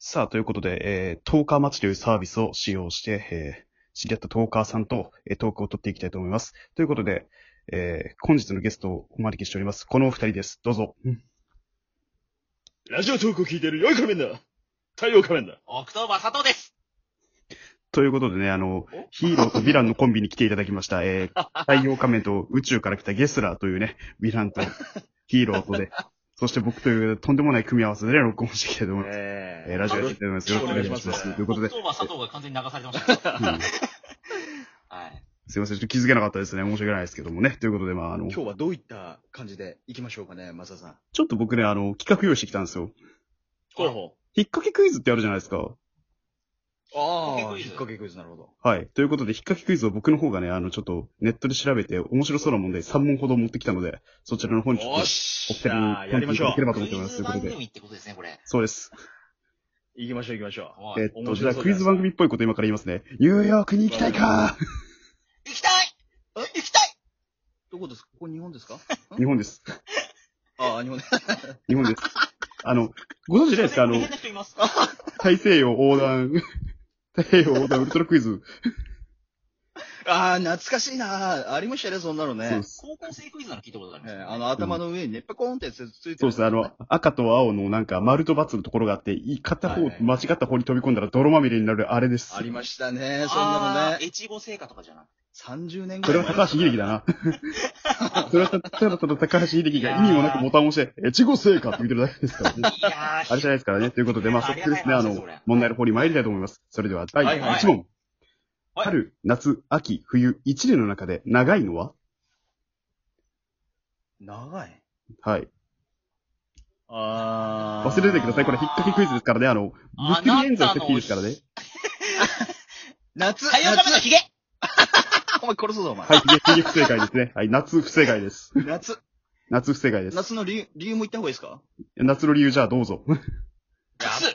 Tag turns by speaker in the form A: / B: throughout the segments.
A: さあ、ということで、えー、トーカーマッチというサービスを使用して、えー、知り合ったトーカーさんと、えー、トークを取っていきたいと思います。ということで、えー、本日のゲストをお招きしております。このお二人です。どうぞ。
B: ラジオトークを聞いている良い仮面だ太陽仮面だ
C: 奥藤正人です。
A: ということでね、あの、ヒーローとヴィランのコンビに来ていただきました。えー、太陽仮面と宇宙から来たゲスラーというね、ヴィランとヒーローとで、そして僕というとんでもない組み合わせでね録音していきたいと思います。
B: え
A: えー、ラジオやっていきたいと思います。よろしくお願いします。ということで、
C: 奥藤正人が完全に流されてました。
A: うん
C: はい。
A: すいません、ちょっと気づけなかったですね。申し訳ないですけどもね。ということで、まあ、あの、
B: 今日はどういった感じで行きましょうかね、マサさん。
A: ちょっと僕ね、あの、企画用意してきたんですよ。
C: ほら
B: ほ
A: 引っ掛けクイズってあるじゃないですか。
B: う。ああ、
C: 引
B: 引っ
C: っ
B: 掛
C: 掛
B: けクイズ、なるほど。
A: はい。ということで、引っ掛けクイズを僕の方がね、あの、ちょっとネットで調べて面白そうな問題3問ほど持ってきたので、そちらの方にちょっと
B: よ
A: お
B: し
A: 二
B: じ
A: 人に
B: ゃあ、やりましょ
A: いただけれ
B: う。
A: ばと
C: ク
A: 思っており
C: イ
A: ます。
C: ズ
A: という
C: 番
A: ことで、
C: 組ってことですね、これ。
A: そうです。
B: 行きましょう、行きましょう。
C: おい
A: え
C: 行
A: っ
B: 面白
A: と、
B: そ
A: じゃ
B: う
A: あ
B: じゃないですか
A: クイズ番組っぽいこと今から言いますね。ニューヨークに行きたいか
C: きたい行きたい
B: どこですかここ日本ですか
A: 日本です。
B: ああ、日本です。
A: 日本です。あの、ご存知ないですかあ の、
C: 変な人います。
A: 大西洋横断、太平洋横断ウルトラクイズ。
B: ああ、懐かしいな。ありましたね、そんなの
A: そうで
B: ね。
A: す。
C: 高校生クイズなの聞いたことあり
B: え
C: ま
B: ー
C: す
B: あの、頭の上にね、パコーンってついて
A: そう
B: る。
A: ですね、あの、赤と青のなんか丸と×のところがあって、い片方、
B: はいはい
A: 間違った方に飛び込んだら泥まみれになるあれです。
B: ありましたね、そんなの
C: あー
B: ね。
C: 越後製菓とかじゃなくて。
B: 30年
A: そ
B: ぐ
A: れ
B: ら
A: はい
B: 前。
A: 高橋秀樹だ な。それはたただただ高橋秀樹が意味もなくボタンを押して、越後製菓って見てるだけですからね。
C: いやー、
A: あれじゃないですからね。ということで、まあ、
C: あ
A: そっ
C: り
A: ち
C: がた
A: で
C: い
A: すね、あ
C: 話です
A: の
C: それ、
A: 問題の方に参りたいと思います。それでは、第1
B: はい
A: 問。
B: はい
C: はい
A: 春、夏、秋、冬、一年の中で長いのは
B: 長い。
A: はい。
B: あ
A: 忘れてください。これ、引っ掛けクイズですからね。あの、物理演算してっていいですからね。
B: 夏
C: 太陽亀の
B: 夏
C: ヒゲ
B: お前殺すぞ、お前。
A: はい、ひげ不正解ですね。はい、夏不正解です。
B: 夏、
A: 夏不正解です。
B: 夏の理由、理由も言った方がいいですか
A: 夏の理由じゃあどうぞ。
B: やっ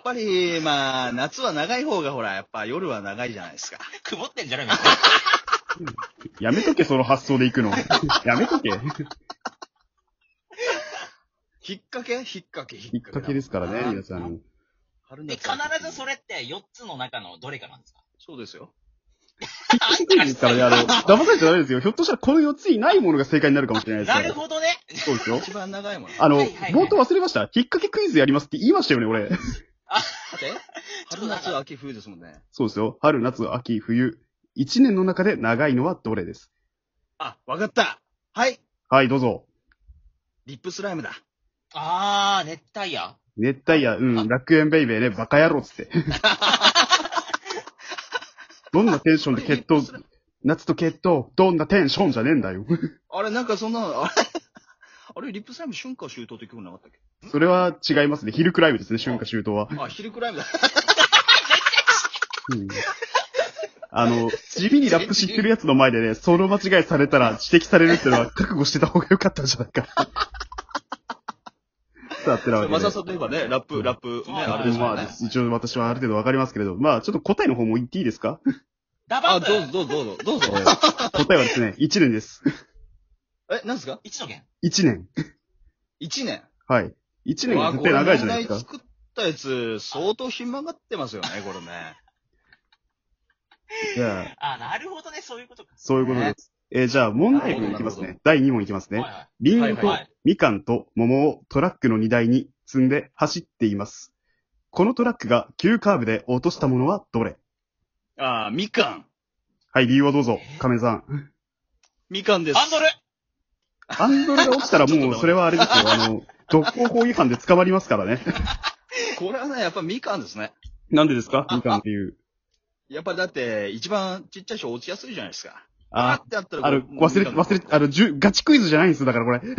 B: ぱり、まあ、夏は長い方がほら、やっぱ夜は長いじゃないですか。
C: 曇ってんじゃない
A: やめとけ、その発想で 行くの。やめとけ。引っ
B: 引っ掛け引っ掛け、引っ
A: 掛けですからね、皆さ
B: ん。
A: ん。
B: 春
C: で、
B: 夏
C: 必ずそれって4つの中のどれかなんですか
B: そうですよ。
A: 引っ掛けクイズですからね、あの、騙されちゃダメですよ。ひょっとしたらこの4つにないものが正解になるかもしれないですか
C: な
A: ら。
C: るほどね。
A: そうですよ。
B: 一番長いもん。
A: あの、
C: はいはいはい
A: 冒頭忘れました。引っ掛けクイズやりますって言いましたよね、俺。
B: 待 って春夏秋冬ですもんね。
A: そうですよ。春、夏、秋、冬。1年の中で長いのはどれです。
B: あ、わかったはい
A: はい、どうぞ。
B: リップスライムだ。
C: あー、熱帯夜。
A: 熱帯夜、うん、楽園ベイベーね、バカ野郎っつ って。どんなテンションで決闘、夏と決闘、どんなテンションじゃねえんだよ。
B: あれ、なんか そんな、あれあれ、リップスライム春夏秋冬って曲なかったっけ
A: それは違いますね。ヒルクライムですね、春夏秋冬は。
B: あ、ヒルクライムだ。
A: うんあの、地味にラップ知ってるやつの前でね、その間違いされたら指摘されるって のは覚悟してた方が良かったんじゃないか。さあ、ってなわけで。
B: マサさんといえばね、ラップ、ラップ、ね、あれです
A: ま
B: もん
A: あ
B: ね。、
A: 一応私はある程度わかりますけれど、まあ、ちょっと答えの方も言っていいです か
C: ダバ
B: あ、
C: ンプ
B: どうぞ、どうぞ、どうぞ、どうぞ。
A: 答えはですね、1年です。
B: え、何ですか
C: 一の弦。
A: 1年。
B: 一年。
A: はい。1年が絶対長いじゃないです
B: わあ
A: か。
B: この問題作ったやつ、相当暇がってます よね、これね。
A: じゃあ、
C: あー、なるほどね、そういうことか。
A: そういうことです。えーじゃあ、問題文いきます
B: なる
A: ね。第2問いきますね
C: はい。はい
A: リンゴ
B: はい
A: と
C: はい
A: みかんと桃をトラックの荷台に積んで走っています。このトラックが急カーブで落としたものはどれ
B: ああ、みかん。
A: はい、理由をどうぞ、亀さん。
B: みかんです。
C: ハンドル
A: ハンドルが落ちたらもう、それはあれですよ、 あの、独行法違反で捕まりますからね。
B: これはね、やっぱみかんですね。
A: なんでですかみかんっていう。
B: やっぱだって、一番ちっちゃい人落ちやすいじゃないですか。
A: あ
B: ー、ってあったら。
A: あの、忘れ、忘れ、あの、じゅ、ガチクイズじゃないんですよ、だ からこれ。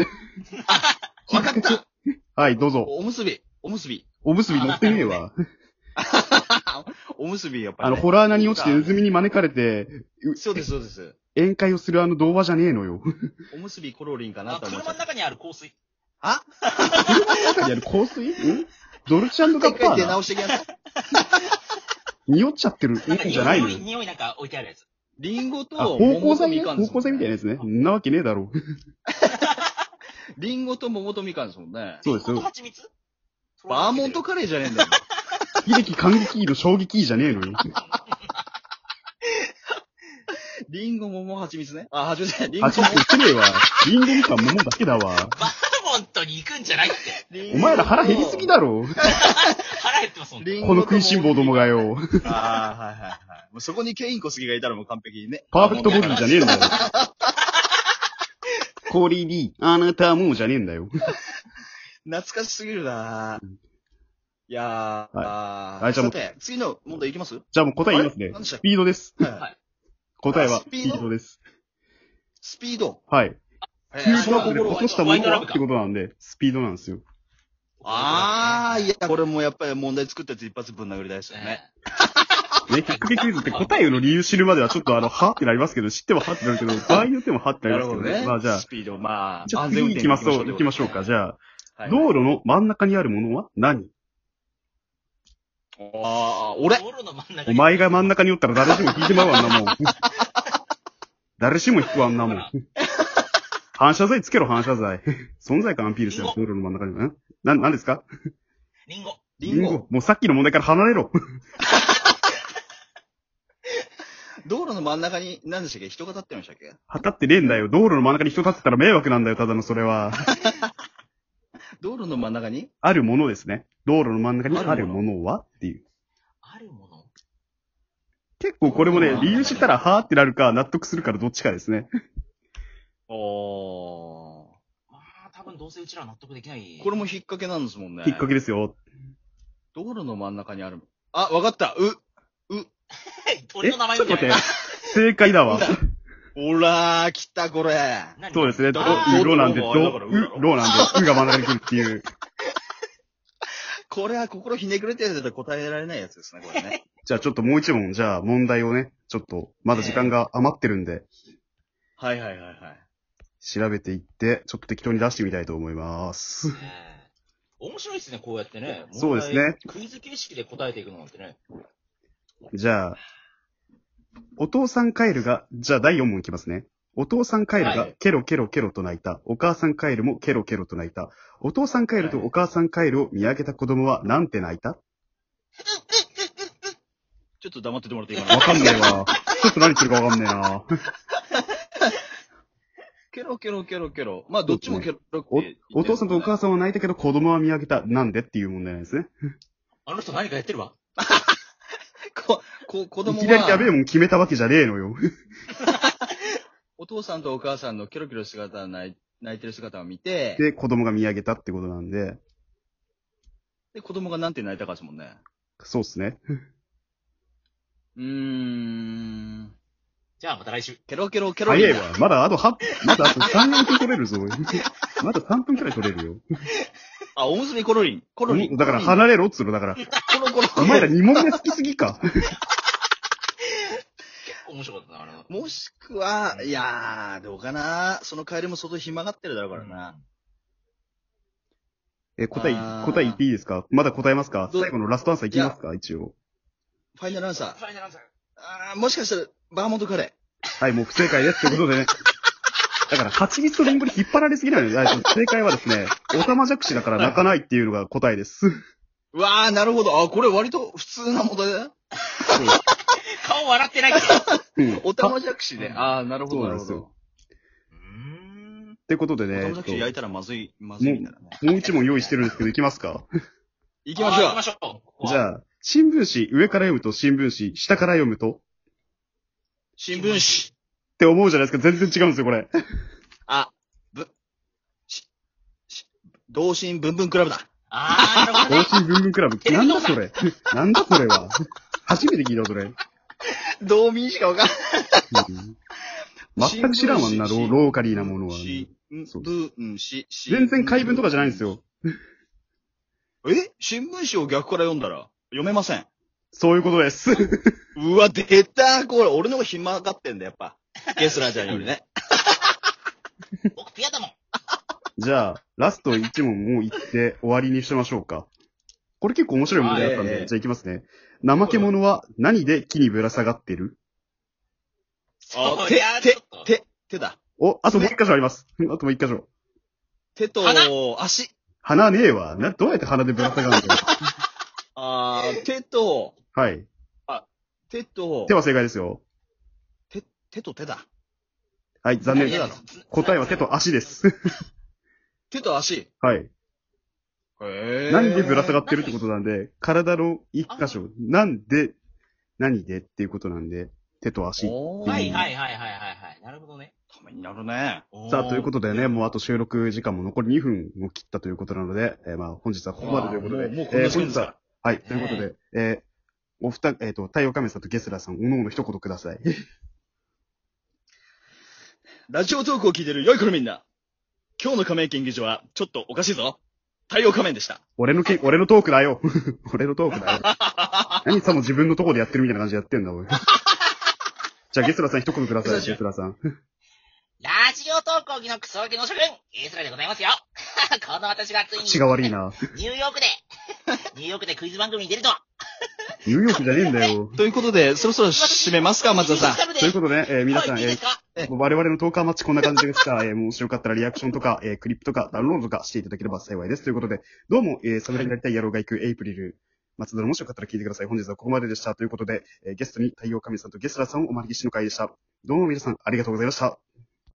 B: わかった
A: はい、どうぞ。
B: おむすび、おむすび。
A: おむすび乗ってねえわ。
B: おむすび、やっぱ
A: あ
B: り
A: の、
B: ね、
A: ホラー穴に落ちてネズミに招かれて、
B: そうです、そうです。
A: 宴会をするあの動画じゃねえのよ。
B: おむすびコロリンかな
C: あ
B: と思っち
C: 車
B: ゃ
C: の
B: った。
C: 中にある香水。
A: 中にある香水んドルチェガ
B: 一
A: ッパ
B: 回出
A: ーな
B: 直してきなさい。
A: 匂っちゃってる
C: なんか
A: んじゃないの
C: 匂い、
A: よ。
C: 匂いなんか置いてあるやつ。
B: リンゴと、
A: あ、芳香
B: 桃と
A: 剤ね
B: みかん
A: 芳
B: ですも
A: 香剤み
B: んね
A: たいなやつね。んなわけねえだろう。
B: リンゴと桃とみかんですもんね。
A: そうですよ
C: リンゴと蜂蜜
B: バーモントカレーじゃねえんだよ。
A: 悲劇感激の衝撃じゃねえ のよ。
B: リンゴ、桃、蜂蜜ね。あ、蜂蜜ね。リンゴ
A: あ、ちょっと失礼わ。リンゴみかん桃だけだわ。
C: バーモントに行くんじゃないって。
B: リンゴ
A: お前ら腹減りすぎだろ。
C: 腹減ってますもんね。
B: リンゴ
A: この食いしん坊どもが
B: よ。
A: よ。
B: ああ、はいはいはい。もうそこにケインコスギがいたらもう完璧にね。
A: パーフェクトボディじゃねえん だよ。これに、あなたもじゃねえんだよ。
B: 懐かしすぎるなぁいやー、
A: はい
B: あー
A: はいじゃあも
B: さ
A: う
B: て、次の問題いきます
A: じゃあもう答え言います
B: あれ
A: ね。
B: 何でし
A: ス
B: たっ
A: ピードです。
B: け、
C: はい
A: 答えは
B: ス
A: ス
B: ピ
A: ピ
B: ード
A: ードです。
B: スピード。
A: はい。
B: え
A: 急
B: ー
A: 所
C: な
A: 落
C: ん
A: で
C: だ
A: 落としたものはってことなんで、スピードなんですよ。
B: あー、い
C: や。
B: や、これもやっぱり問題作ったやつ一発ぶん殴りたいですよね。
C: ね
A: ね、きっかけクイズって答えの理由知るまではちょっとあの、はってなりますけど、知ってもはってなる けど、場合によってもはってな
B: な
A: り
B: る
A: ます
B: ほ
A: け
B: ど
A: ど
B: ね。
A: まあじゃあ
B: ス、ピード、まあ、
A: じゃあ
B: 安
A: 次
B: 全運
A: に行
B: 転
A: きましょう。
B: とい
A: 行きましょうか。じゃあ、
B: はい
A: 道路の真ん中にあるものは何
B: あー、俺
C: 道路の真ん中
A: お
C: に
A: 前が真ん中におったら誰しも引いてまうわ、あんなもん。 誰しも引くわ、あんなもん。反射材つけろ、反射材。存在感アピールしてる、道路の真ん中に。んな、なんですか
C: リンゴ。
B: リンゴ。
A: もうさっきの問題から離れろ。
B: 道路の真ん中に、何でしたっけ人が立ってましたっけ
A: はたってねえんだよ。道路の真ん中に人立ってたら迷惑なんだよ、ただのそれは。
B: 道路の真ん中に
A: あるものですね。道路の真ん中にあるものはっていう。
C: あるもの
A: 結構これもね
B: あ、ー
A: 理由知ったらはーってなるか、納得するからどっちかですね。
B: おー。
C: まあ、多分どうせうちらは納得できない。
B: これも引っ掛けなんですもんね。
A: 引っ掛けですよ。
B: 道路の真ん中にある。あ、わかった。う、
C: はい
A: え、
C: 鳥
A: ちょ
C: の
A: っ
C: 名
A: と
C: 前
A: 待
C: みた
A: っ
C: い
A: て
C: な。。
A: 正解だわ。
B: おらー、来た、これ。
C: 何
A: そうですね。ど、う
C: あー、
A: ろなんで、
B: ど
A: ど、
B: う
A: う、
B: だからう
A: ろなんで、うが真ん中に来るっていう。
B: これは心ひねくれてるやつだと答えられないやつですね、こ れね。
A: じゃあちょっともう一問、じゃあ問題をね、ちょっと、まだ時間が余ってるんで、
B: はいはいはいはい。
A: 調べていって、ちょっと適当に出してみたいと思います。
C: ね面白いですね、こうやってね。
A: そうですね
C: 問題。クイズ形式で答えていくのなんてね。
A: じゃあ、お父さんカエルが、じゃあ第4問いきますね。お父さんカエル
C: は
A: が
C: い
A: ケロケロケロと泣いた。お母さんカエルもケロケロと泣いた。お父さんカエルとお母さんカエルを見上げた子供はなんて泣いた
B: ちょっと黙っててもらっていいか
A: わ
B: な。
A: かんねえ わ。ちょっと何言ってるかわかんねえな。
B: ケロケロケロケロ。まあ、どっちもケロケロって言
A: お
B: ってる、
A: お父さんとお母さんは泣いたけど子供は見上げた。なんでっていう問題なんですね。
C: あの人何かやってるわ。
B: こ、こ、子
A: い
B: 供
A: きなりやべえ
B: は、
A: もん決めたわけじゃねえのよ。
B: お父さんとお母さんのケロケロ姿を泣い泣いてる姿を見て、
A: で、子供が見上げたってことなんで、
B: で、子供がなんて泣いたかですもんね。
A: そうっすね。
B: うーん。
C: じゃあまた来週。
B: ケロケロケロ
A: 早
B: リ
A: い
B: ン
A: わ
B: だ。。
A: まだあと8、まだあと3分取れるぞ。まだ3分くらい取れるよ。
B: あ、おむすびコロリン。コロリン。
A: だから
B: コロ
A: 離れろっつうの、だから。
B: リンコロコロ。
A: お前ら2問目好きすぎ か。
C: 面白かったな、あれは。
B: もしくは、いやー、どうかなその帰りも相当暇がってるだろうからな。
A: え、答え、
B: あー
A: 答え言っていいですかまだ答えますか
B: ど
A: 最後のラストアンサーいきますか一応。
B: ファイナルアンサー
C: フ。ァイナルアンサー
B: あー、もしかしたら、バーモントカレー。
A: はい、もう不正解です。ということ でね。だから、蜂蜜とリンゴに引っ張られすぎないので、あ正解はですね、おたまじゃくしだから泣かないっていうのが答えです。
B: うわー、なるほど。あ、これ割と普通な問題だよ。
C: 顔笑ってない け
A: う
C: ど。
A: ん。
B: おたまじゃくしで。あー、なるほど、
A: そう
B: な
A: なん
B: る
A: です
B: ほ
A: よ
B: ど。
C: うーん。
A: ってことで
B: おた
A: ね、
B: まじゃくし
A: え
B: 焼
A: っ
B: いたらまずい、まずいみたいなね。
A: ともう一問用意してるんですけど、いきますか
B: 行
C: 行
B: きましょう
C: 行き。ましょう。
A: じゃあ、新聞紙、上から読むと新聞紙、下から読むとっ
B: 新聞
A: て思うじゃないですか。全然違うんですよ、こ れ。
B: 紙。あ、ぶ、し、し、同心ぶんぶんクラブだ。
C: あー、なるほど
A: 同
C: ね。
A: 心文文クラブ。なんだ それ。なんだそれは。初めて聞いた、それ。
B: 道民しかわかんない。
A: 全く知らんわんな、ローローカリーなものは。
B: し、ん
A: そう
B: ぶんし、し。
A: 全然怪文とかじゃないんですよ。
B: え新聞紙を逆から読んだら読めません。
A: そういうことです。
B: うわ、出たこれ、俺の方が暇がってんだ、やっぱ。ゲスラーちゃんよりね。
C: 僕ピアだもん。
A: じゃあ、ラスト1問もういって終わりにしましょうか。これ結構面白い問題だったん
B: あええ
A: で、じゃあいきますね。怠け者は何で木にぶら下がってる
B: あ
C: そりゃあちょっと。
B: 手、手だ。
A: お、あともう一箇所あります。 あともう一箇所。
B: 手
C: 鼻
B: と足。
A: 鼻ねえわ。な、どうやって鼻でぶら下がるんだよ。
B: あー、手と、
A: はい。
B: 手と
A: 手、は正解ですよ。
B: 手と手だ。
A: はい、残
B: い
A: 念
B: やい。や
A: 答えは手。と足です。
B: 手と足。
A: はい。
B: へ
A: 何でぶら下がってるってことなんで、体の一箇所、なんで、何でっていうことなんで、手と足。
B: おー
C: はいはいはいはいはいはい。なるほどね。。
B: ためになるね。
A: さあ、ということとでね、もうあと収録時間も残り2分を切ったということなので、えーまあ本日はここまでということで、
B: もうもうこん
A: え
B: な
A: ー
B: 時間
A: 本
B: です
A: 日
B: か
A: は
B: ら、
A: はい、ということで、えーお二、えっ、と、太陽カメさんとゲスラーさん、おのおの一言ください。
B: ラジオトークを聞いてる良い子のみんな。今日の仮面研究所は、ちょっとおかしいぞ。太陽仮面でした。
A: 俺 のけ、俺のトークだよ俺のトーク だよ。何さも自分のとこでやってるみたいな感じでやってんだ、 俺。じゃあ、ゲスラーさん一言ください、ゲスラーさん。
C: ラジオ投稿機のクソガキの諸君、エースラでございますよ。 この私がついに、
A: 口が悪いな。
C: ニューヨークで、ニューヨークでクイズ番組に出るとは。
A: ニューヨークじゃねえんだ よ。
B: ということで、そろそろ締めますか、松田さん。
A: ということで、えー皆さん、
C: はいいい
A: え
C: で
A: ー
C: す か
A: 我々のトーカーマッチこんな感じでした。えー、もしよかったらリアクションとか、えークリップとか、ダウンロードとかしていただければ幸いです。ということで、どうも、えー、サムラになりたい野郎が行くエイプリル、松田のもしよかったら聞いてください。本日はここまででした。ということで、えーゲストに太陽神さんとゲスラさんをお招きしの会でした。どうも皆さん、ありがとうございました。